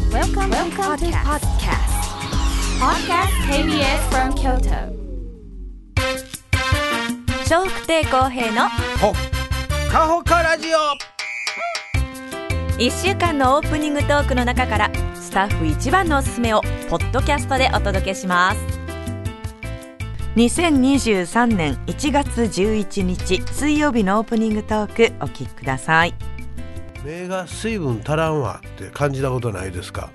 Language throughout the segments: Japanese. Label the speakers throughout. Speaker 1: Welcome to
Speaker 2: Welcome, to podcast.
Speaker 1: Podcast KBS from Kyoto.
Speaker 2: 笑福亭公平の
Speaker 3: ほっかほかラジオ
Speaker 2: 1週間のオープニングトークの中からスタッフ一番のおすすめをポッドキャストでお届けします2023年1月11日水曜日のオープニングトークお聞きください
Speaker 3: 目が水分足らんわって感じたことないですか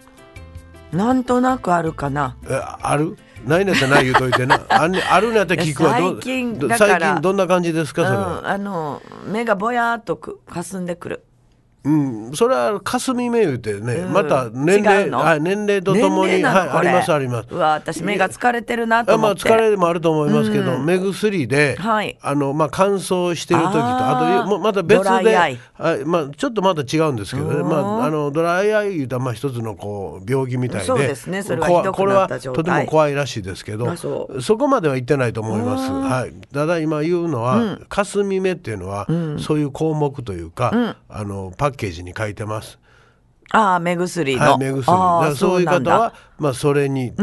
Speaker 2: なんとなくあるかな
Speaker 3: えあるないねってない言うとい てなあんねあるねって聞くわど
Speaker 2: 最近
Speaker 3: ど
Speaker 2: だから
Speaker 3: 最近どんな感じですかそれは、
Speaker 2: あの目がぼやっとく霞んでくる
Speaker 3: うんそれは霞目言うてね、
Speaker 2: うん
Speaker 3: また年
Speaker 2: 違う
Speaker 3: 齢
Speaker 2: の
Speaker 3: はい年齢とともに、
Speaker 2: 年齢
Speaker 3: は
Speaker 2: な
Speaker 3: い、
Speaker 2: の
Speaker 3: あ
Speaker 2: これ
Speaker 3: りますあります
Speaker 2: うわ私目が疲れてるなと
Speaker 3: あ
Speaker 2: 思
Speaker 3: ま
Speaker 2: っ
Speaker 3: あ
Speaker 2: て
Speaker 3: 疲れもあると思いますけど、目薬で、
Speaker 2: はい
Speaker 3: あのまあ乾燥してる時とあ
Speaker 2: あー
Speaker 3: ともうまた別
Speaker 2: ド
Speaker 3: で
Speaker 2: ライアイ
Speaker 3: はいまあちょっとまた違うんですけどね、まああのドライアイいうとはまあ一つのこう病気みたいで、
Speaker 2: そうですねそれは
Speaker 3: 怖
Speaker 2: ひどくなった状態
Speaker 3: これはとても怖いらしいですけ
Speaker 2: あ
Speaker 3: ど、
Speaker 2: そ
Speaker 3: そうこまでは行ってないと思います。はい。ただ今言うのは、霞目っていうのは、そういう項目というか、あのパッケージに書いてます。
Speaker 2: ああ目薬の、
Speaker 3: はい、目薬だ
Speaker 2: あ
Speaker 3: か
Speaker 2: あ
Speaker 3: らそういう
Speaker 2: なん
Speaker 3: 方
Speaker 2: だ
Speaker 3: はまあ、それに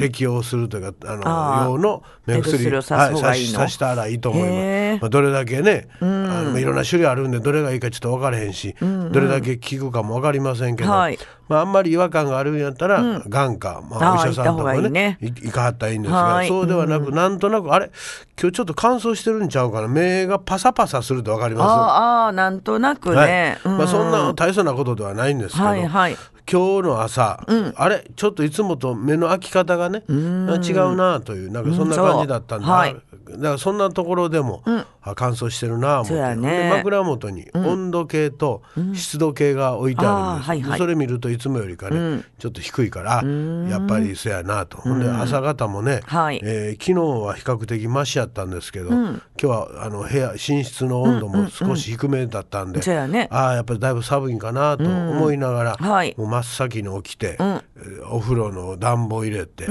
Speaker 3: 適応するというか、
Speaker 2: あ
Speaker 3: あ
Speaker 2: あ
Speaker 3: の用の目薬
Speaker 2: 目薬をさそうがいいの
Speaker 3: はい、ささしたらいいと思い
Speaker 2: へえ
Speaker 3: ます、まあ、どれだけね、あのいろんな種類あるんでどれがいいかちょっと分からへんし、どれだけ効くかも分かりませんけど、
Speaker 2: はい
Speaker 3: まあ、あんまり違和感があるんやったら、眼科、ま
Speaker 2: ああ
Speaker 3: あ、お医者さ
Speaker 2: 行
Speaker 3: ん
Speaker 2: った方
Speaker 3: と
Speaker 2: が
Speaker 3: か
Speaker 2: いい
Speaker 3: ね
Speaker 2: ね
Speaker 3: い行かはったらいいんです
Speaker 2: は
Speaker 3: が
Speaker 2: い
Speaker 3: そうではなく、なんとなくあれ今日ちょっと乾燥してるんちゃうかな目がパサパサすると分かります
Speaker 2: ああなんとなく
Speaker 3: はい
Speaker 2: ね、う
Speaker 3: まあ、そんな大層なことではないんですけど、
Speaker 2: はいはい
Speaker 3: 今日の朝、あれちょっといつもと目の開き方がね違うなというなんかそんな感じだったん
Speaker 2: うん
Speaker 3: で、
Speaker 2: そうはい
Speaker 3: だからそんなところでも、あ乾燥してるなあ思って
Speaker 2: そうやね
Speaker 3: で枕元に温度計と湿度計が置いてあるんです、
Speaker 2: あーはいはい
Speaker 3: でそれ見るといつもよりかね、ちょっと低いからあやっぱりそやなと、ほんで朝方もね、
Speaker 2: はい
Speaker 3: えー昨日は比較的マシやったんですけど、今日はあの部屋寝室の温度も少し低めだったんで、
Speaker 2: そうやね
Speaker 3: ああやっぱりだいぶ寒いんかなと思いながら、
Speaker 2: うんはい
Speaker 3: もう真っ先に起きて、えーお風呂の暖房入れて、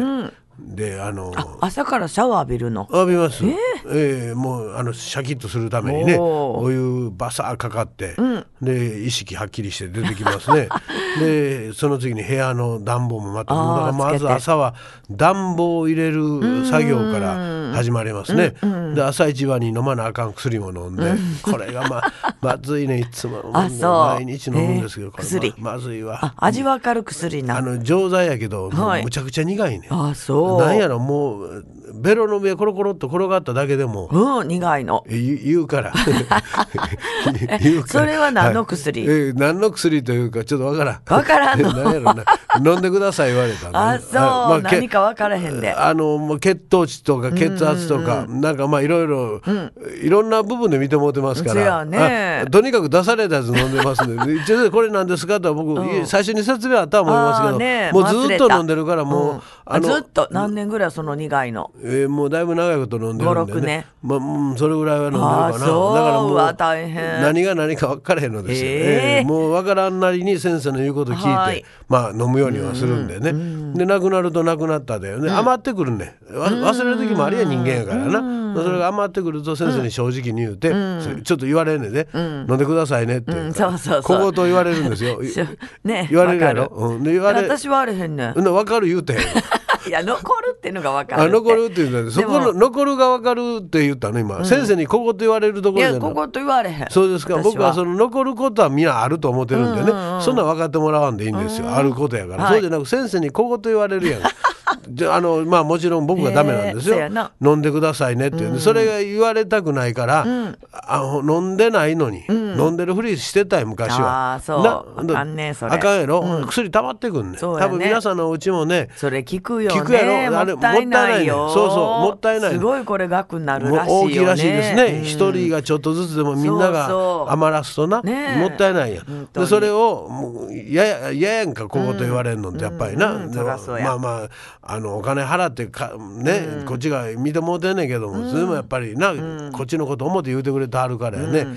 Speaker 3: であの
Speaker 2: 朝からシャワー浴びるの
Speaker 3: 浴びます、ええもうあのシャキッとするためにね
Speaker 2: おー
Speaker 3: お湯バサーかかって、で意識はっきりして出てきます ねでその次に部屋の暖房もまた
Speaker 2: あー
Speaker 3: だからま
Speaker 2: つけ
Speaker 3: ず
Speaker 2: て
Speaker 3: 朝は暖房を入れる作業から始まりますね、で朝一番に飲まなあかん薬も飲んで、これが まあまずいねいつも
Speaker 2: あそう
Speaker 3: 毎日飲むんですけど、
Speaker 2: えー
Speaker 3: これ
Speaker 2: 薬
Speaker 3: ままずいわ
Speaker 2: あ味は軽く薬
Speaker 3: あ
Speaker 2: な
Speaker 3: の錠剤やけど、もう
Speaker 2: はい
Speaker 3: むちゃくちゃ苦いね
Speaker 2: あそう
Speaker 3: なんやろもうベロの上コロコロっと転がっただけでも
Speaker 2: うん苦いの
Speaker 3: え言う言うから 言うから
Speaker 2: それは何の薬
Speaker 3: はいえー何の薬というかちょっとわからん
Speaker 2: わからんの
Speaker 3: 何やろ な飲んでください言われたんで
Speaker 2: あそう、
Speaker 3: はいまあけ
Speaker 2: 何か分からへんで
Speaker 3: あのもう血糖値とか血圧とか、なんかまあいろいろ、いろんな部分で見てもらってますか
Speaker 2: そや
Speaker 3: ら、
Speaker 2: ね
Speaker 3: あとにかく出されたやつ飲んでますんで 一応これなんですかとは僕、いえ最初に説明あったと思いますけ
Speaker 2: あー
Speaker 3: ど、
Speaker 2: ね
Speaker 3: もうずっ
Speaker 2: 忘れ
Speaker 3: と
Speaker 2: た
Speaker 3: 飲んでるからもう、
Speaker 2: うん
Speaker 3: あの
Speaker 2: ずっと何年ぐらいその苦いの
Speaker 3: えーもうだいぶ長いこと飲んでるんで、
Speaker 2: 5-6
Speaker 3: ね、
Speaker 2: 年
Speaker 3: まあ、うんそれぐらいは飲んでる
Speaker 2: あー
Speaker 3: かなだ
Speaker 2: そう
Speaker 3: からも
Speaker 2: うわ大変
Speaker 3: 何が何か分からへんのですよ、
Speaker 2: えー
Speaker 3: えーもう分からんなりに先生の言うこと聞
Speaker 2: はいい
Speaker 3: てまあ飲むようにはするんでね、でなくなるとなくなったで、ね余ってくるねわ忘れる時もありや人間やからな、それが余ってくると先生に正直に言うて、それちょっと言われんねんで、飲んでくださいねっていうから、
Speaker 2: うんそうそうそう
Speaker 3: 小言言われるんです よ
Speaker 2: しょね
Speaker 3: 言われるや
Speaker 2: わ
Speaker 3: ろ、
Speaker 2: か
Speaker 3: うん、で言われ
Speaker 2: 私はあれへんねん
Speaker 3: うん分かる言うてへん
Speaker 2: いや残るっていうのが分かる
Speaker 3: あ
Speaker 2: って
Speaker 3: 残るって言うんだねそこ
Speaker 2: でも
Speaker 3: の残るが分かるって言ったね今、先生にここと言われるとこ
Speaker 2: い
Speaker 3: ろじゃな
Speaker 2: や
Speaker 3: い
Speaker 2: ここと言われへん
Speaker 3: そうですか
Speaker 2: 私
Speaker 3: 僕はその残ることは皆あると思ってるんでね、そんなん分かってもらわんでいいんですよ、あることやから、
Speaker 2: はい
Speaker 3: そうじゃなく先生にここと言われるやんじゃあ のまあもちろん僕がダメなんですよ、
Speaker 2: へえそうやな
Speaker 3: 飲んでくださいねって言うんで、それが言われたくないから、あの飲んでないのに、飲んでるふりしてたよ昔は
Speaker 2: あーそう
Speaker 3: な
Speaker 2: あかんねそれ
Speaker 3: あかんやろ、薬溜まってくんね
Speaker 2: そうやね
Speaker 3: 多分皆さんのうちもね
Speaker 2: それ聞くよね
Speaker 3: 聞くやろあれ
Speaker 2: もったいないよ
Speaker 3: もったいないねそうそうもったいない
Speaker 2: すごいこれ額になる
Speaker 3: もう
Speaker 2: らしいよね
Speaker 3: 大きいらしいです
Speaker 2: う
Speaker 3: ね
Speaker 2: ん
Speaker 3: 一、人がちょっとずつでもみんな
Speaker 2: そうそう
Speaker 3: が余らすとな
Speaker 2: ねえ
Speaker 3: もったいないやん
Speaker 2: 本当に
Speaker 3: でそれをもうややややんかここと言われるのってやっぱりな、
Speaker 2: うん
Speaker 3: で
Speaker 2: そらそうや
Speaker 3: まあまああのお金払ってかね、こっちが見てもうてんねんけども、それもやっぱりな、こっちのこと思って言うてくれてはるからやね、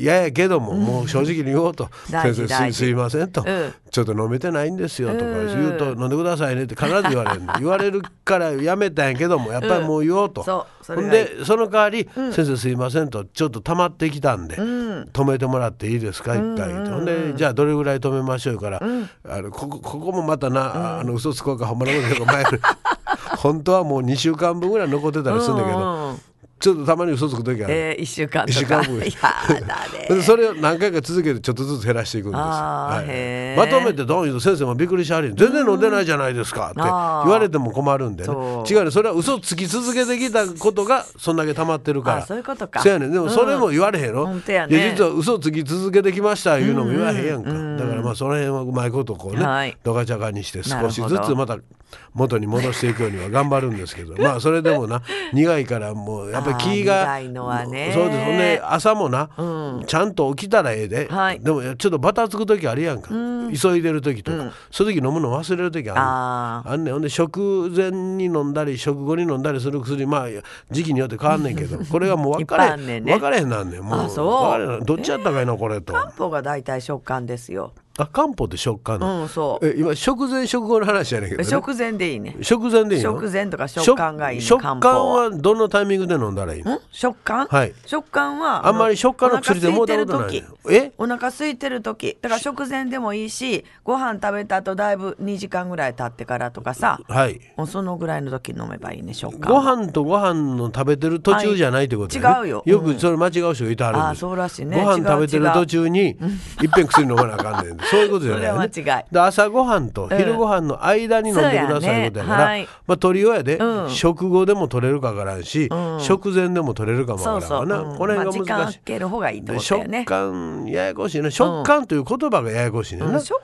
Speaker 3: いややけども、もう正直に言おうと「
Speaker 2: 大事
Speaker 3: 先生
Speaker 2: 大
Speaker 3: す
Speaker 2: 事
Speaker 3: すいません」と、
Speaker 2: うん
Speaker 3: ちょっと飲めてないんですよ」と
Speaker 2: う
Speaker 3: か
Speaker 2: ん
Speaker 3: 言うと「飲んでくださいね」って必ず言われるの言われるからやめたんやけどもやっぱりもう言おうと、
Speaker 2: うんそうそ
Speaker 3: ほ
Speaker 2: れ
Speaker 3: ん
Speaker 2: がいい
Speaker 3: でその代わり「先生すいません」と「ちょっと溜まってきたんで、止めてもらっていいですか一回」と、ほんで「じゃあどれぐらい止めましょう」から、あのここここもまたな、あの嘘つこうかほんまのこと言う か前の本当はもう2週間分ぐらい残ってたりするんだけど、
Speaker 2: うんうん
Speaker 3: ちょっとたまに嘘つく時ある。
Speaker 2: えー、1週間とか
Speaker 3: 一週間分
Speaker 2: い やだね
Speaker 3: でそれを何回か続けてちょっとずつ減らしていくんです、
Speaker 2: あー
Speaker 3: は
Speaker 2: へ
Speaker 3: い、
Speaker 2: ー
Speaker 3: まとめてドン言うと先生もびっくりしはり全然飲んでないじゃないですかって言
Speaker 2: あー
Speaker 3: われても困るんでね
Speaker 2: そう
Speaker 3: 違うねそれは嘘つき続けてきたことがそんだけ溜まってるか
Speaker 2: あ
Speaker 3: ら
Speaker 2: そういうことか
Speaker 3: せやねんでもそれも言われへんの、
Speaker 2: ほんとやね
Speaker 3: いや実は嘘つき続けてきましたいうのも言わへんやんか、だからまあその辺はうまいことこうね、
Speaker 2: はい
Speaker 3: ドカチャカにして
Speaker 2: なる
Speaker 3: 少
Speaker 2: ほど
Speaker 3: しずつまた元に戻していくようには頑張るんです けどまあそれでもな苦いからもうやっぱり気が
Speaker 2: あー苦いのはね
Speaker 3: そうですほんで朝もな、ちゃんと起きたらええで、
Speaker 2: はい
Speaker 3: でもちょっとバタつく時あるやんか、急いでる時とか、そういう時飲むの忘れる時ある
Speaker 2: あ
Speaker 3: あんねんほんで食前に飲んだり食後に飲んだりする薬まあ時期によって変わんねん けどこれがもう分か
Speaker 2: いっぱいあ
Speaker 3: れ
Speaker 2: んねんね
Speaker 3: 分かれへんなんねんも
Speaker 2: あ
Speaker 3: う
Speaker 2: そう
Speaker 3: 分かれへんなんどっちやったかいなこれと、
Speaker 2: 漢方が大体食感ですよ
Speaker 3: あ漢方って食感の、
Speaker 2: うんそう
Speaker 3: え今食前食後の話やねんけど、ね、
Speaker 2: 食前でいいね
Speaker 3: 食前でいいの
Speaker 2: 食前とか
Speaker 3: 食
Speaker 2: 食感がいいの
Speaker 3: 食
Speaker 2: 漢
Speaker 3: 感
Speaker 2: 方は
Speaker 3: はどのタイミングで飲んだらいいの
Speaker 2: ん食感、
Speaker 3: はい
Speaker 2: 食感は
Speaker 3: あんまり食感の薬でもうたこと
Speaker 2: お
Speaker 3: ない
Speaker 2: 腹空てる時
Speaker 3: え
Speaker 2: お腹空いてる時だから食前でもいいしご飯食べた後だいぶ2時間ぐらい経ってからとかさ
Speaker 3: はい
Speaker 2: もうそのぐらいの時に飲めばいいね食感
Speaker 3: ご飯とご飯の食べてる途中じゃないってことね
Speaker 2: はい違うよ
Speaker 3: よくそれ間違う人がいてはるん
Speaker 2: あー
Speaker 3: です
Speaker 2: そうらしいね
Speaker 3: ご飯食べて
Speaker 2: 違う違
Speaker 3: る
Speaker 2: う
Speaker 3: 途中にいっぺん薬飲まなあかんねんそういうことじゃないよね
Speaker 2: それは間違い
Speaker 3: で朝ご飯と昼ご飯の間に飲んでくださいいうこと
Speaker 2: そ
Speaker 3: やか
Speaker 2: うやね
Speaker 3: ら、
Speaker 2: はい
Speaker 3: まあ取りようやで、
Speaker 2: うん
Speaker 3: 食後でも取れるかわからんし、食前でも取れるかも
Speaker 2: そ
Speaker 3: わ
Speaker 2: う
Speaker 3: から
Speaker 2: そ
Speaker 3: ん
Speaker 2: う、
Speaker 3: わ
Speaker 2: うん
Speaker 3: な、この
Speaker 2: まあ時
Speaker 3: 辺が
Speaker 2: 間
Speaker 3: 難
Speaker 2: 空
Speaker 3: しい、
Speaker 2: ける方がいいって
Speaker 3: で
Speaker 2: ことだよね
Speaker 3: 食感ややこしいね食感という言葉がややこしいねんな、
Speaker 2: うん食前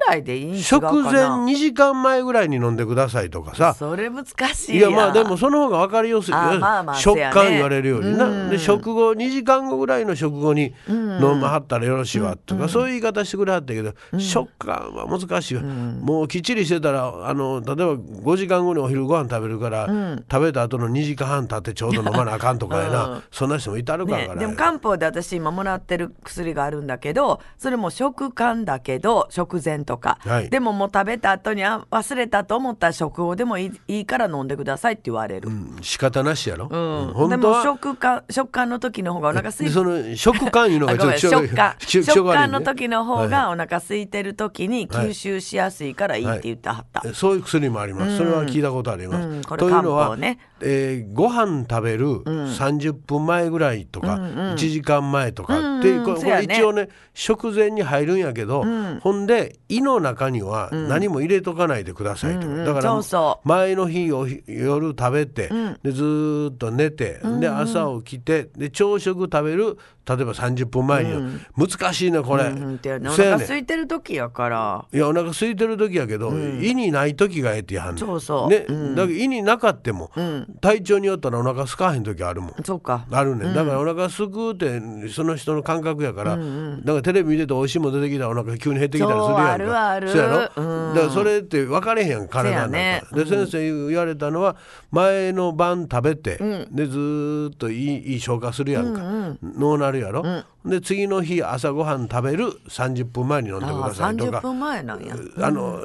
Speaker 2: ぐらいでいいん違う
Speaker 3: 食
Speaker 2: かな
Speaker 3: 前2時間前ぐらいに飲んでくださいとかさ
Speaker 2: それ難しい
Speaker 3: いやまあでもその方が分かりやすい
Speaker 2: あーまあまあ
Speaker 3: 食
Speaker 2: そう
Speaker 3: 感
Speaker 2: やね
Speaker 3: 言われるよりな、で食後2時間後ぐらいの食後に飲まはったらよろしいわとか、そういう言い方してくれはったけど、食感は難しいわ、もうきっちりしてたらあの例えば5時間後にお昼ご飯食べるから、食べた後の2時間半経ってちょうど飲まなあかんとかやな、そんな人もいたるかわから
Speaker 2: ね、
Speaker 3: ん
Speaker 2: で
Speaker 3: よ
Speaker 2: も漢方で私今もらってる薬があるんだけどそれも食感だけど食前とか、
Speaker 3: はい
Speaker 2: でももう食べた後にあ忘れたと思ったら食後でもいいいいから飲んでくださいって言われる、うん
Speaker 3: うん仕方なしやろ、うん
Speaker 2: で
Speaker 3: 本当
Speaker 2: も
Speaker 3: は
Speaker 2: 食感食感の時の方がお腹空い
Speaker 3: で
Speaker 2: て
Speaker 3: その食感いうの
Speaker 2: あ
Speaker 3: がち
Speaker 2: ご
Speaker 3: ょ
Speaker 2: め
Speaker 3: っと
Speaker 2: ん食感
Speaker 3: 気
Speaker 2: 食感の
Speaker 3: 気
Speaker 2: 時の方がお腹空いてる時に吸収しやすいからいいって言ってはった、
Speaker 3: そういう薬もあります。それは聞いたことあります。
Speaker 2: うんこれ
Speaker 3: というの
Speaker 2: 漢方
Speaker 3: は、
Speaker 2: ね
Speaker 3: えーご飯食べる30分前ぐらいとか、1時間前とかって、
Speaker 2: うん
Speaker 3: これ
Speaker 2: そうやね
Speaker 3: これ一応ね食前に入るんやけど、ほんで胃の中には何も入れとかないでくださいと、だから、
Speaker 2: そうそう
Speaker 3: 前の日おひ夜食べて、でずーっと寝て、で朝起きてで朝食食べる例えば30分前に、難しいねこれ。
Speaker 2: うんってお
Speaker 3: せ
Speaker 2: 腹
Speaker 3: やねん
Speaker 2: 空いてる時やから
Speaker 3: いやお腹空いてる時やけど、胃にない時がええってやはんねん
Speaker 2: そうそう
Speaker 3: ね、だけど胃になかっても、体調によったらお腹空かへん時あるもん
Speaker 2: そうか
Speaker 3: あるねん、だからお腹すくってその人の感覚やから、だからテレビ見てて美味しいもん出てきたらお腹急に減ってきたりするやん
Speaker 2: そう
Speaker 3: か
Speaker 2: あるある
Speaker 3: そうやろ、
Speaker 2: うん
Speaker 3: だからそれって分かれへんやん体なんか、
Speaker 2: せやね
Speaker 3: で先生言われたのは前の晩食べて、でずーっといいいい消化するやんか、脳なるやろ、で次の日朝ごはん食べる30分前に飲んでく
Speaker 2: あ
Speaker 3: ださいと
Speaker 2: 30
Speaker 3: か
Speaker 2: 分前なんや
Speaker 3: あの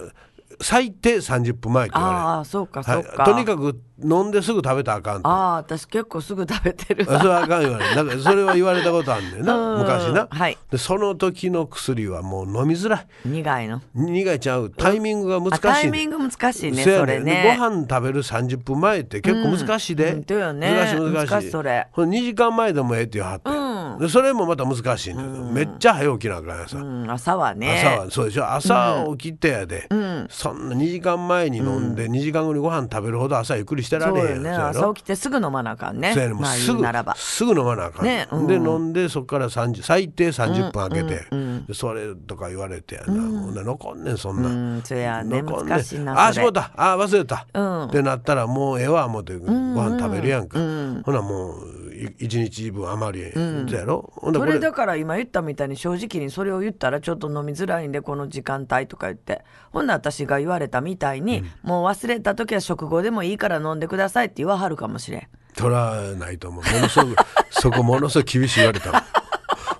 Speaker 3: 最低30分前って言われる
Speaker 2: ああそうか
Speaker 3: は
Speaker 2: そうか、
Speaker 3: い、とにかく飲んですぐ食べたらあかんと
Speaker 2: ああ私結構すぐ食べてる
Speaker 3: あ
Speaker 2: わ
Speaker 3: それはあかん言われるなんかそれは言われたことあんねん
Speaker 2: うん
Speaker 3: な昔な、
Speaker 2: はい
Speaker 3: でその時の薬はもう飲みづらい
Speaker 2: 苦いの
Speaker 3: 苦いちゃうタイミングが難
Speaker 2: あタ
Speaker 3: しい
Speaker 2: イ
Speaker 3: ね
Speaker 2: ミ
Speaker 3: ん
Speaker 2: ング難しいね
Speaker 3: せや
Speaker 2: そ
Speaker 3: ね
Speaker 2: れ
Speaker 3: ん
Speaker 2: ね
Speaker 3: でご飯食べる30分前って結構難しいで、
Speaker 2: うん本当よね
Speaker 3: 難しい難しい
Speaker 2: 難しいそれ
Speaker 3: ほんで2時間前でもええって言わはって、でそれもまた難しいねんめっちゃ早起きなあかんやさ、
Speaker 2: うん、朝はね
Speaker 3: 朝はそうでしょ朝起きてやで、そんな2時間前に飲んで、2時間後にご飯食べるほど朝ゆっくりしてられ
Speaker 2: そ
Speaker 3: へん
Speaker 2: う
Speaker 3: や
Speaker 2: よ
Speaker 3: ん
Speaker 2: ね
Speaker 3: そうやろ
Speaker 2: 朝起きてすぐ飲まなあかんね
Speaker 3: そうやねもう
Speaker 2: まあ
Speaker 3: す
Speaker 2: 言う
Speaker 3: ぐ
Speaker 2: ならば
Speaker 3: すぐ飲まなあかん、
Speaker 2: ねうん
Speaker 3: で飲んでそこから30最低30分開けて、でそれとか言われてやな、もうな残んねんそんな、
Speaker 2: うんそやね
Speaker 3: 残ん
Speaker 2: 難しいな
Speaker 3: ああ
Speaker 2: そ
Speaker 3: し
Speaker 2: れ
Speaker 3: もうたああ忘れた、
Speaker 2: うん
Speaker 3: ってなったらもうええわ思ってご飯食べるやんか、ほなもう1日分余りやんやろ、ほん
Speaker 2: そ
Speaker 3: でこれ
Speaker 2: れだから今言ったみたいに正直にそれを言ったらちょっと飲みづらいんでこの時間帯とか言ってほんなら私が言われたみたいに、もう忘れた時は食後でもいいから飲んでくださいって言わはるかもしれん
Speaker 3: 取らないと思うものすごくそこものすごく厳しい言われたもん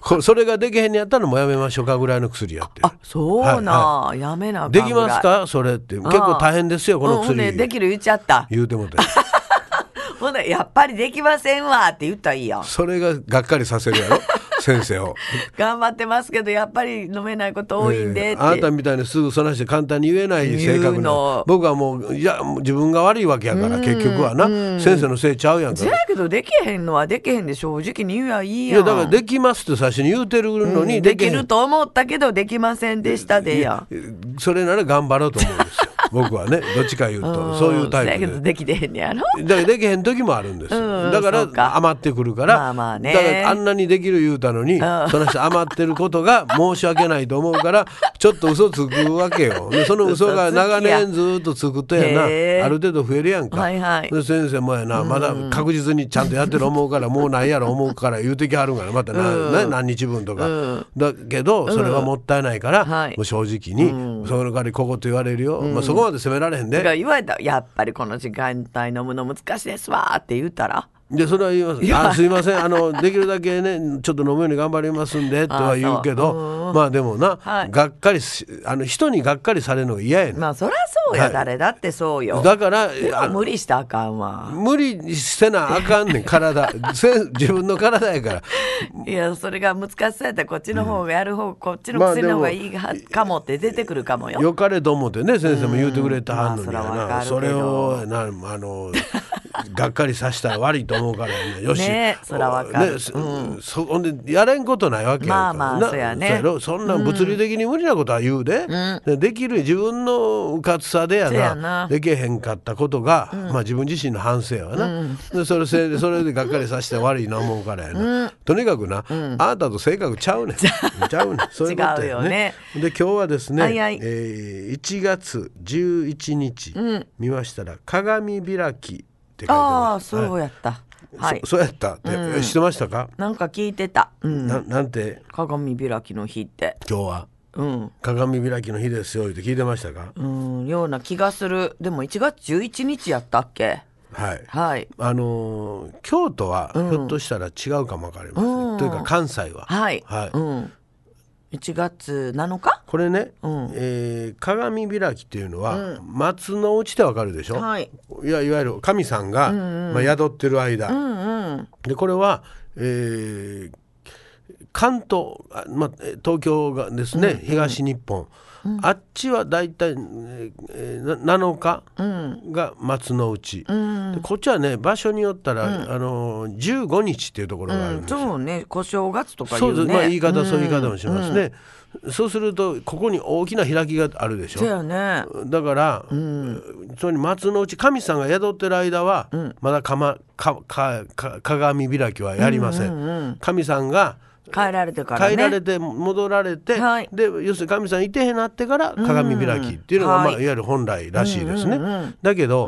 Speaker 3: こそれができへんにやったらもうやめましょうかぐらいの薬やってる
Speaker 2: あそうな、やめなあかん
Speaker 3: できますかそれって結構大変ですよこ
Speaker 2: う
Speaker 3: の
Speaker 2: んほんで
Speaker 3: 薬、
Speaker 2: できる言っちゃった
Speaker 3: 言うてもて
Speaker 2: ほんでやっぱりできませんわって言ったらいいやん
Speaker 3: それががっかりさせる やろ先生を
Speaker 2: 頑張ってますけどやっぱり飲めないこと多いんでって、
Speaker 3: えーあなたみたいにすぐそらして簡単に言えない
Speaker 2: 言
Speaker 3: 性
Speaker 2: う
Speaker 3: 格
Speaker 2: の
Speaker 3: の僕はもういやもう自分が悪いわけやから結局はな先生のせいちゃうやんか
Speaker 2: せやけどできへんのはできへんで正直に言うやいい
Speaker 3: い
Speaker 2: やん
Speaker 3: やだからできますって最初に言うてるのに
Speaker 2: で
Speaker 3: でき
Speaker 2: き
Speaker 3: へん
Speaker 2: ると思ったけどできませんでしたでええやん
Speaker 3: それなら頑張ろうと思うんですよ僕はねどっちか言うとそういうタ
Speaker 2: せ
Speaker 3: イプ
Speaker 2: やけど
Speaker 3: で。
Speaker 2: できてへんねやろ
Speaker 3: だからできへん時もあるんですよ、
Speaker 2: うんうん
Speaker 3: だか
Speaker 2: そうから
Speaker 3: 余ってくるから,、
Speaker 2: まあまあね
Speaker 3: だからあんなにできる言うたのに、その人余ってることが申し訳ないと思う からちょっと嘘つくわけよでその嘘が長年ずっとつくとやな
Speaker 2: 嘘つきやへえ
Speaker 3: ある程度増えるやんか、
Speaker 2: はいはい
Speaker 3: で先生もやなまだ確実にちゃんとやってる思うからもうないやろ思うから言うてきはるんからまたな、ね何日分とか、だけどそれはもったいないから、
Speaker 2: はい
Speaker 3: もう正直に、その代わりここと言われるよ、まあ、そこまで責められへん
Speaker 2: だから
Speaker 3: で
Speaker 2: 言われたらやっぱりこの時間帯飲むの難しいですわーって言うたら
Speaker 3: でそれは言います「あすいませんあのできるだけねちょっと飲むように頑張りますんで」とは言うけ
Speaker 2: あそう
Speaker 3: どまあでもな、
Speaker 2: はい
Speaker 3: がっかりしあの人にがっかりされるのが嫌やねん、
Speaker 2: まあそりゃそうや、
Speaker 3: はい
Speaker 2: 誰だってそうよ
Speaker 3: だから
Speaker 2: でも
Speaker 3: あ
Speaker 2: 無理したらあかんわ
Speaker 3: 無理せなあかんねん体 せ自分の体やから
Speaker 2: いやそれが難しそうやったらこっちの方がやる方、こっちの
Speaker 3: まあ
Speaker 2: 薬の方が
Speaker 3: でも
Speaker 2: いいはかもって出てくるかもよ、
Speaker 3: よかれと思ってね先生も言うてくれたはんのにやな、
Speaker 2: まあそらわかるけど
Speaker 3: それをなあのがっかりさせたら悪いと思うからやなよし、
Speaker 2: ねそらわかる
Speaker 3: ねそそほんでやれんことないわけやから
Speaker 2: まあまあ
Speaker 3: な
Speaker 2: そうやね
Speaker 3: ろそんな物理的に無理なことは言うで、でできる自分のうかつさでや
Speaker 2: そ
Speaker 3: な
Speaker 2: やな
Speaker 3: できへんかったことが、まあ自分自身の反省やわな、でそれせそれでがっかりさせて悪いな思うからやな、とにかくな、あなたと性 格ちゃうねんちゃうねんそういうことや
Speaker 2: 違うよね
Speaker 3: で今日はですね、
Speaker 2: はいはい
Speaker 3: えー1月11日、見ましたら「鏡開き」って書いて
Speaker 2: ああ
Speaker 3: ます。
Speaker 2: そうやったはい、
Speaker 3: そそうやったって、え知ってましたか、
Speaker 2: なんか聞いてた、うん、
Speaker 3: ななんて
Speaker 2: 鏡開きの日って
Speaker 3: 今日は
Speaker 2: うん
Speaker 3: 鏡開きの日ですよって聞いてましたか、
Speaker 2: うんような気がするでも1月11日やったっけ
Speaker 3: はい。
Speaker 2: はい
Speaker 3: あのー京都はひょっとしたら違うかもわかりません、
Speaker 2: うん
Speaker 3: というか関西は、
Speaker 2: はい、
Speaker 3: はい
Speaker 2: うん、1月7日
Speaker 3: これね、
Speaker 2: うん
Speaker 3: えー鏡開きっていうのは、松の内ってわかるでしょ、
Speaker 2: はい
Speaker 3: いやいわゆる神さんが、まあ、宿ってる間、でこれは、えー関東、あまあ、えー東京がですね、東日本、あっちはだいたい、えーえーな7日が松の内、でこっちはね場所によったら、あのー15日っていうところがあるんですよ。
Speaker 2: そうね小正月とか
Speaker 3: そ
Speaker 2: 言
Speaker 3: うで
Speaker 2: う
Speaker 3: す
Speaker 2: ね
Speaker 3: まあ、言い方、そういう言い方もしますね、そうするとここに大きな開きがあるでしょ
Speaker 2: そうやね
Speaker 3: だから、つまり松の内神さんが宿ってる間は、まだかまかかか鏡開きはやりません,、神さんが
Speaker 2: 帰られてからね
Speaker 3: 帰られて戻られて、
Speaker 2: はい
Speaker 3: で要するに神さんいてへんなってから鏡開きっていうのが、
Speaker 2: うん
Speaker 3: まあ、い
Speaker 2: はい
Speaker 3: わゆる本来らしいですね。だけど、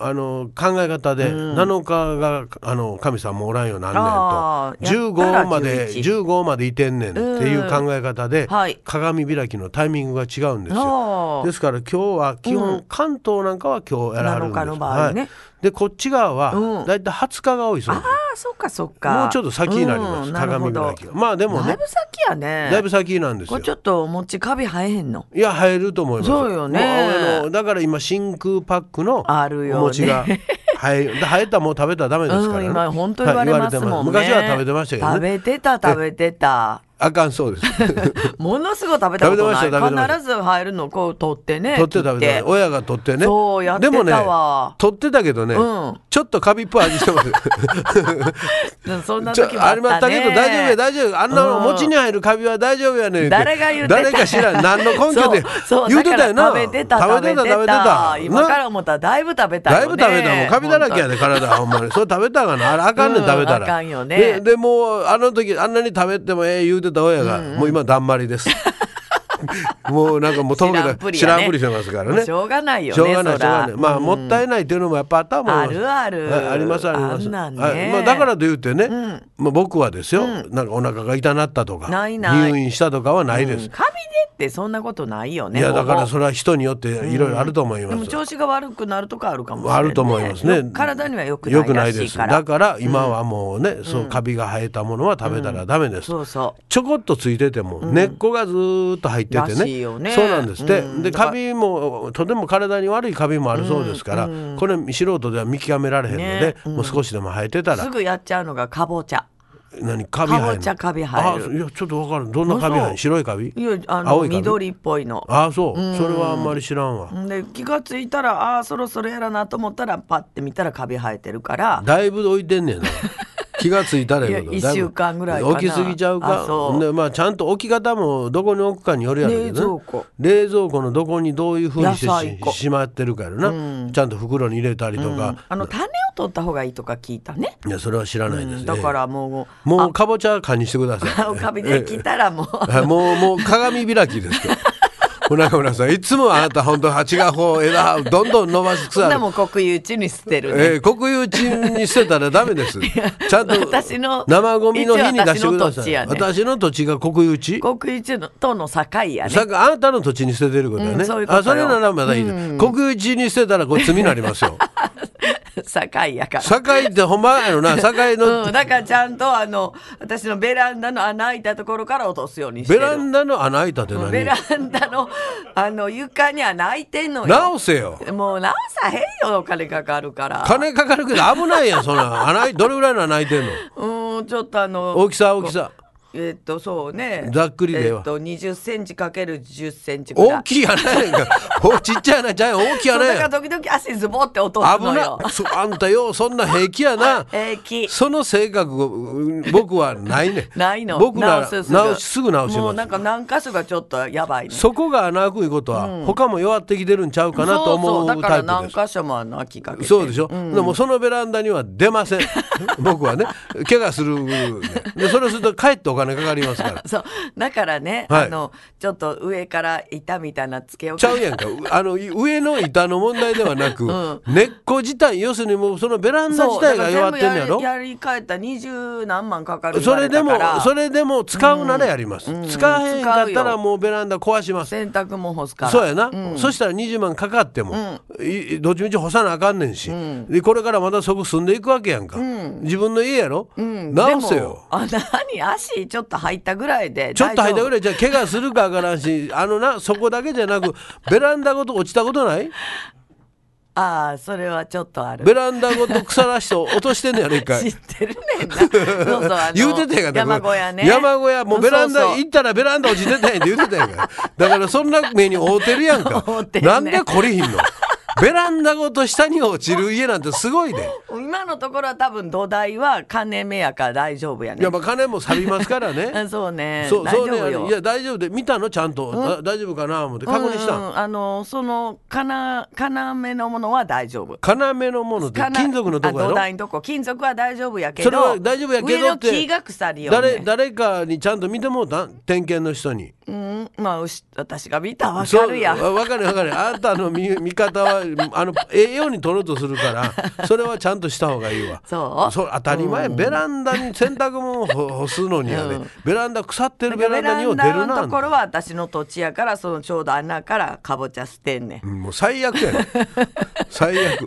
Speaker 3: あの考え方で7日があの神さんもおらんよなん
Speaker 2: あー
Speaker 3: ねんと
Speaker 2: やったら
Speaker 3: 15まで
Speaker 2: 11
Speaker 3: 15までいてんねんっていう考え方で、
Speaker 2: はい
Speaker 3: 鏡開きのタイミングが違うんですよ。
Speaker 2: あ
Speaker 3: ですから今日は基本関東なんかは今日やられるんです、
Speaker 2: 7日の場合ね
Speaker 3: はい、でこっち側
Speaker 2: う
Speaker 3: は
Speaker 2: ん
Speaker 3: だいたい20日が多いそうです、
Speaker 2: あそっかそっか
Speaker 3: もうちょっと先になります、
Speaker 2: うんなるほ
Speaker 3: 鏡
Speaker 2: ど
Speaker 3: 開きはまあでも
Speaker 2: だい
Speaker 3: ね
Speaker 2: ぶ先やね
Speaker 3: だいぶ先なんです
Speaker 2: こ
Speaker 3: よ
Speaker 2: れちょっとお餅カビ生えへんの
Speaker 3: いや入ると思います
Speaker 2: そうよね
Speaker 3: もうあのだから今真空パックの
Speaker 2: あるよね
Speaker 3: お 餅が入る入ったらもう食べたらダメですから、
Speaker 2: う
Speaker 3: ね
Speaker 2: ん、今本当言われますもんね、
Speaker 3: はい言われてます昔は食べてましたけど
Speaker 2: 食べ
Speaker 3: ね
Speaker 2: てた食べてた
Speaker 3: あかんそうです
Speaker 2: ものすごい食べたことな
Speaker 3: 食べてました食べてま
Speaker 2: い
Speaker 3: した
Speaker 2: 必ず入るのをこう取ってね
Speaker 3: 取って食べ
Speaker 2: 切
Speaker 3: て親が取ってね
Speaker 2: そうやってた
Speaker 3: でもね
Speaker 2: わ
Speaker 3: 取ってたけどね、
Speaker 2: うん
Speaker 3: ちょっとカビっぽい味してます
Speaker 2: うんそんな
Speaker 3: ちょ
Speaker 2: 時もあ
Speaker 3: あ
Speaker 2: っ
Speaker 3: り
Speaker 2: た
Speaker 3: ま
Speaker 2: ね
Speaker 3: したけど大丈夫や大丈夫あんなの
Speaker 2: うん
Speaker 3: 餅に入るカビは大丈夫やねんって
Speaker 2: 誰が言ってた
Speaker 3: 誰か知らん何の根拠で
Speaker 2: そうそう
Speaker 3: 言うてたよな
Speaker 2: だから食べてた食
Speaker 3: 食
Speaker 2: べ
Speaker 3: べ
Speaker 2: てた食べ
Speaker 3: てた食べ
Speaker 2: て
Speaker 3: て
Speaker 2: た
Speaker 3: た
Speaker 2: 今から思ったらだいぶ食べた
Speaker 3: だい
Speaker 2: よ
Speaker 3: ぶ
Speaker 2: ね
Speaker 3: 食べたもんカビだらけやで体ほんまにそれ食べたがなあれあかんねん食べたら、
Speaker 2: うんあかんよね
Speaker 3: ででもうあの時あんなに食べてもええ言うてた親が、もう今だんまりですもうなんかもうとぼけた知
Speaker 2: 知
Speaker 3: ら
Speaker 2: ら
Speaker 3: ん
Speaker 2: ん
Speaker 3: ぷ
Speaker 2: ぷ
Speaker 3: り
Speaker 2: り
Speaker 3: して
Speaker 2: やね
Speaker 3: ますからね
Speaker 2: しょうがないよね
Speaker 3: しょうがないし
Speaker 2: そ
Speaker 3: ょう
Speaker 2: ら
Speaker 3: がないまあもったいないっていうのもやっぱ頭も
Speaker 2: あるある
Speaker 3: あありますあります
Speaker 2: あんなんね
Speaker 3: はいまあだからと言ってねまあ僕はですよなんかお腹が痛なったとか
Speaker 2: ないない
Speaker 3: 入院したとかはないです
Speaker 2: カビでってそんなことないよね
Speaker 3: いやだか
Speaker 2: ほ
Speaker 3: ら
Speaker 2: ぼ
Speaker 3: それは人によっていろいろあると思い
Speaker 2: で
Speaker 3: ま
Speaker 2: も
Speaker 3: す
Speaker 2: 調子が悪くなるとかあるかもしれない、
Speaker 3: あると思いますね
Speaker 2: よ体には良く
Speaker 3: よく
Speaker 2: な
Speaker 3: ない
Speaker 2: ら
Speaker 3: い
Speaker 2: し
Speaker 3: で
Speaker 2: い
Speaker 3: す
Speaker 2: から
Speaker 3: だから今はもうねそうカビが生えたものは食べたらダメです
Speaker 2: そうそう
Speaker 3: ちょこっとついてても根っこがずーっと入ってて
Speaker 2: ら
Speaker 3: ね,、
Speaker 2: しいよね
Speaker 3: そうなんですって、
Speaker 2: うん
Speaker 3: で
Speaker 2: だから
Speaker 3: カビもとても体に悪いカビもあるそうですから、これ素人では見極められへんので、
Speaker 2: ね
Speaker 3: もう少しでも生えてた
Speaker 2: す
Speaker 3: ら
Speaker 2: ぐやっちゃうのがかぼちゃ
Speaker 3: 何カビ生え
Speaker 2: か
Speaker 3: る
Speaker 2: ぼちゃカビ生える
Speaker 3: あいやちょっと分かるどんなカビ生え
Speaker 2: 嘘
Speaker 3: る白いカビ
Speaker 2: いやあの
Speaker 3: 青いカビ
Speaker 2: 緑っぽいの
Speaker 3: あそう、それはあんまり知らんわ、
Speaker 2: で気がついたらああーそろそろやらなと思ったらパッて見たらカビ生えてるから
Speaker 3: だいぶ置いて んねんな気がついたらやけど
Speaker 2: いや
Speaker 3: だぶ
Speaker 2: 一週間ぐらいかな
Speaker 3: 置きすぎちゃう
Speaker 2: あ
Speaker 3: か
Speaker 2: そう
Speaker 3: でまあちゃんと置き方もどこに置くかによるやろうけどね
Speaker 2: 冷蔵庫
Speaker 3: 冷蔵庫のどこにどういうふうにして
Speaker 2: 野菜庫
Speaker 3: ししまってるかやろな、ちゃんと袋に入れたりとか、
Speaker 2: あの種を取った方がいいとか聞いたね、
Speaker 3: いやそれは知らないですね、
Speaker 2: だから もう
Speaker 3: もうかぼちゃ缶にしてくださ
Speaker 2: あ
Speaker 3: い
Speaker 2: おカビできたらもう
Speaker 3: はいもうもう鏡開き ですけど村上さんいつもあなた本当あっちがこう枝をどんどん伸ばしつ
Speaker 2: そん
Speaker 3: あ
Speaker 2: な
Speaker 3: る
Speaker 2: もん国有地に捨てるね、
Speaker 3: えー、国有地に捨てたらダメ です。ちゃんと
Speaker 2: 私の
Speaker 3: 生ゴミの日に出してく
Speaker 2: 一応私の
Speaker 3: だ
Speaker 2: 土
Speaker 3: さ
Speaker 2: 地
Speaker 3: い。
Speaker 2: やね
Speaker 3: 私の土地が国有地。
Speaker 2: 国有地のとの境やね
Speaker 3: さっきあなたの土地に捨ててることだよね。
Speaker 2: うんそういうことよ
Speaker 3: あ、それならまだいいです。国有地に捨てたらこれ罪になります よ。
Speaker 2: 境やから。
Speaker 3: 境ってほんまやろな。境の、
Speaker 2: うん、だからちゃんとあの私のベランダの穴開いたところから落とすようにして
Speaker 3: ベ
Speaker 2: る
Speaker 3: ランダの穴開いたって
Speaker 2: うんベ
Speaker 3: 何
Speaker 2: ランダのあの床に穴開いてんのよ
Speaker 3: 直せよ。
Speaker 2: もう直さへんよお金かかるから
Speaker 3: 金かかるけど危ないやん、そんなん。穴開いどれぐらいの穴開いてんの
Speaker 2: うんちょっとあの
Speaker 3: 大きさ大きさ。
Speaker 2: えっとそうね
Speaker 3: ざっくりでええわ
Speaker 2: えっと20センチかける10センチぐら
Speaker 3: 大
Speaker 2: い
Speaker 3: きい穴やねんか。おちっちゃい穴ちゃうやん大きい
Speaker 2: そう
Speaker 3: 穴
Speaker 2: だから
Speaker 3: やん。
Speaker 2: 時々足ズボって落とす
Speaker 3: 危
Speaker 2: のよ
Speaker 3: な。そあんたよう、そんな平気やな。
Speaker 2: 平気。
Speaker 3: その性格をうん僕はないね
Speaker 2: ないの
Speaker 3: 僕なら
Speaker 2: 直すすぐ
Speaker 3: 直しすぐ直し
Speaker 2: もう
Speaker 3: ま
Speaker 2: なん
Speaker 3: す。
Speaker 2: か何箇所がちょっとやばいね
Speaker 3: そこが穴開くいうことは、他も弱ってきてるんちゃうかなと思
Speaker 2: そう
Speaker 3: う
Speaker 2: そうだか
Speaker 3: タ
Speaker 2: ら
Speaker 3: イプで
Speaker 2: 何
Speaker 3: す。
Speaker 2: 箇所も穴開きかけて
Speaker 3: そうでしょ、でもそのベランダには出ません 僕はね怪我する、ね、でそれをすると帰ってお金かかりますから
Speaker 2: そうだからね、
Speaker 3: はい
Speaker 2: あのちょっと上から板みたいなつけよう
Speaker 3: ちゃ
Speaker 2: か
Speaker 3: うやんかあの上の板の問題ではなく、根っこ自体要するにもうそのベランダ
Speaker 2: そ
Speaker 3: 自
Speaker 2: うだ
Speaker 3: 体
Speaker 2: か
Speaker 3: が
Speaker 2: ら
Speaker 3: 弱ってん
Speaker 2: 全部
Speaker 3: やろ
Speaker 2: やりやり替えた二十何万かかる
Speaker 3: それでも
Speaker 2: 言わたから
Speaker 3: それでも使うならやります、使えへんかったらもうベランダ壊します
Speaker 2: 洗濯も干すから
Speaker 3: そうやな、そしたら20万かかっても、いいどっちみち干さなあかんねんし、でこれからまたそこ住んでいくわけやんか、自分の家やろ、直せ
Speaker 2: でも
Speaker 3: よ
Speaker 2: 穴に足ちょっと入ったぐらいで
Speaker 3: ちょっと入ったぐ
Speaker 2: い
Speaker 3: らいじゃ怪我するかわからんしあのなそこだけじゃなくベランダごと落ちたことない
Speaker 2: ああそれはちょっとある
Speaker 3: ベランダごと腐らして落としてんねやろ一
Speaker 2: 知
Speaker 3: 回
Speaker 2: ってるねんなそうそう あの
Speaker 3: 言うてたやんか
Speaker 2: 山小屋ね
Speaker 3: 山小屋もうベランダ
Speaker 2: そうそう
Speaker 3: 行ったらベランダ落ちてたやんって言うてたやんかだからそんな目に合うてるや んか
Speaker 2: 合うてんね
Speaker 3: なんでこりひんのベランダごと下に落ちる家なんてすごいで、
Speaker 2: 今のところは多分土台は金目やから大丈夫や
Speaker 3: い
Speaker 2: ね
Speaker 3: やまあ金も錆びますから ね。
Speaker 2: あそうね
Speaker 3: そう
Speaker 2: 大丈
Speaker 3: そ
Speaker 2: 夫
Speaker 3: う
Speaker 2: よ、
Speaker 3: ね。いや大丈夫で見たのちゃんと、あ大丈夫かな思って確認した
Speaker 2: うん
Speaker 3: ん。
Speaker 2: うんあのその金金のものは大丈夫
Speaker 3: 金のものって
Speaker 2: 金
Speaker 3: 金属のとこ
Speaker 2: あ
Speaker 3: や
Speaker 2: 土
Speaker 3: ろ。
Speaker 2: 台のとこ金属は大丈夫やけど
Speaker 3: それは大丈夫やけどっ
Speaker 2: 上の木
Speaker 3: て
Speaker 2: が腐りよ、ね、
Speaker 3: 誰誰かにちゃんと見てもうたん点検の人に。
Speaker 2: うんまあうし私が見たらわかるや
Speaker 3: そうわわかるわかる。あんたの見見方はあの栄養に取ろうとす るから、それはちゃんとした方がいいわ。
Speaker 2: そう
Speaker 3: 当たり前。ベランダに洗濯物をほ干すのにはね、ベランダ腐ってるベランダに
Speaker 2: ベ
Speaker 3: を出
Speaker 2: ラ
Speaker 3: る
Speaker 2: ンダのところ
Speaker 3: な。
Speaker 2: は私の土地やからそのちょうど穴からかぼちゃ捨てんねん
Speaker 3: うんもう最悪やね。 最悪。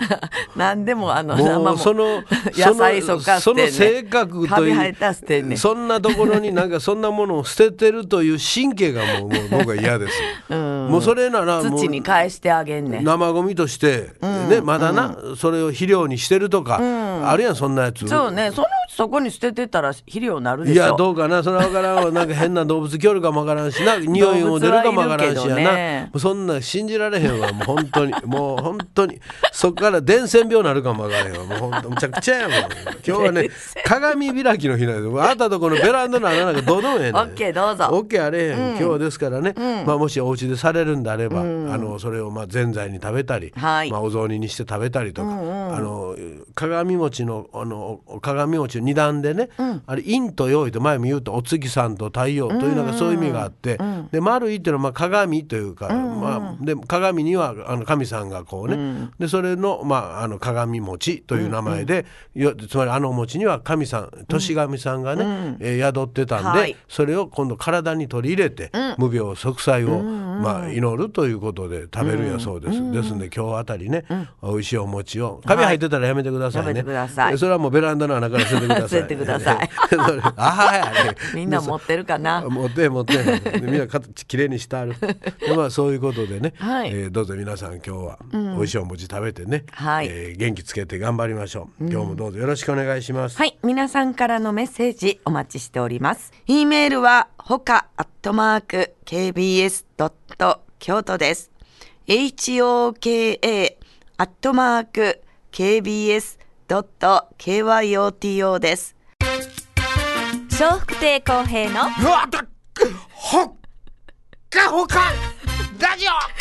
Speaker 2: 何でもあの生
Speaker 3: も
Speaker 2: も
Speaker 3: うその
Speaker 2: 野菜そっか捨
Speaker 3: そ
Speaker 2: てんね
Speaker 3: の
Speaker 2: ん
Speaker 3: 性格
Speaker 2: カ
Speaker 3: と
Speaker 2: ビ生え
Speaker 3: い
Speaker 2: たら捨てんね
Speaker 3: うんそんなところになんかそんなものを捨ててるという神経がもうもう僕は嫌ですもうそれならもう
Speaker 2: 土に返してあげんねん
Speaker 3: 生ゴミとしてねまだなそれを肥料にしてるとかあるやんそんなやつ
Speaker 2: そうねそのうちそこに捨ててたら肥料になるで
Speaker 3: い
Speaker 2: しょ
Speaker 3: やどうかなそれは分からんわなんか変な動物恐るかも分からん しな匂いも出るかも分から
Speaker 2: 動物はいる
Speaker 3: んしやな、
Speaker 2: けどね
Speaker 3: もうそんなん信じられへんわもう本当にもう本当に そっから伝染病なるかも分からへんわもう本当むちゃくちゃやもん今 日はね鏡開きの日なんであなたとこのベランダの穴なんかどうでもええねん
Speaker 2: オッケーどうぞ
Speaker 3: オッケーあれへん、今日はですからね、まあ、もしお家でされるんであれば、あのそれをまあぜんざいに食べたり、
Speaker 2: はい
Speaker 3: まあ、お雑煮にして食べたりとか、あの鏡餅のあの鏡餅の二段でね、あれ陰と陽と前も言うとお月さんと太陽というなんかそういう意味があって、で丸いっていうのはまあ鏡というか、まあ、で鏡にはあの神さんがこうね、でそれの,、まあ、あの鏡餅という名前で、よつまりあの餅には神さん年神さんがね、えー宿ってたんで、
Speaker 2: はい
Speaker 3: それを今度体に取り入れて、無病息災を、まあ、祈るということで食べるやそうです、ですんで今日あたりね、美味しいお餅を紙入ってたらやめてくださいね、
Speaker 2: やめてください
Speaker 3: それはもうベランダの穴から捨ててください
Speaker 2: 捨ててください
Speaker 3: それあはい、ね、
Speaker 2: みんな持ってるかな。
Speaker 3: 持って持ってでみんな形きれいにして あるでまあそういうことでね、
Speaker 2: はい
Speaker 3: えーどうぞ皆さん今日は美味しいお餅食べてね、
Speaker 2: はい
Speaker 3: えー元気つけて頑張りましょう、今日もどうぞよろしくお願いします、
Speaker 2: はい、皆さんからのメッセージお待ちしております。e メールはほかアットマーク kbs ドット京都です。h o k a アットマーク kbs ドット k y o t o です。
Speaker 4: 笑福亭公平の
Speaker 3: うわだっほっかほかラジオ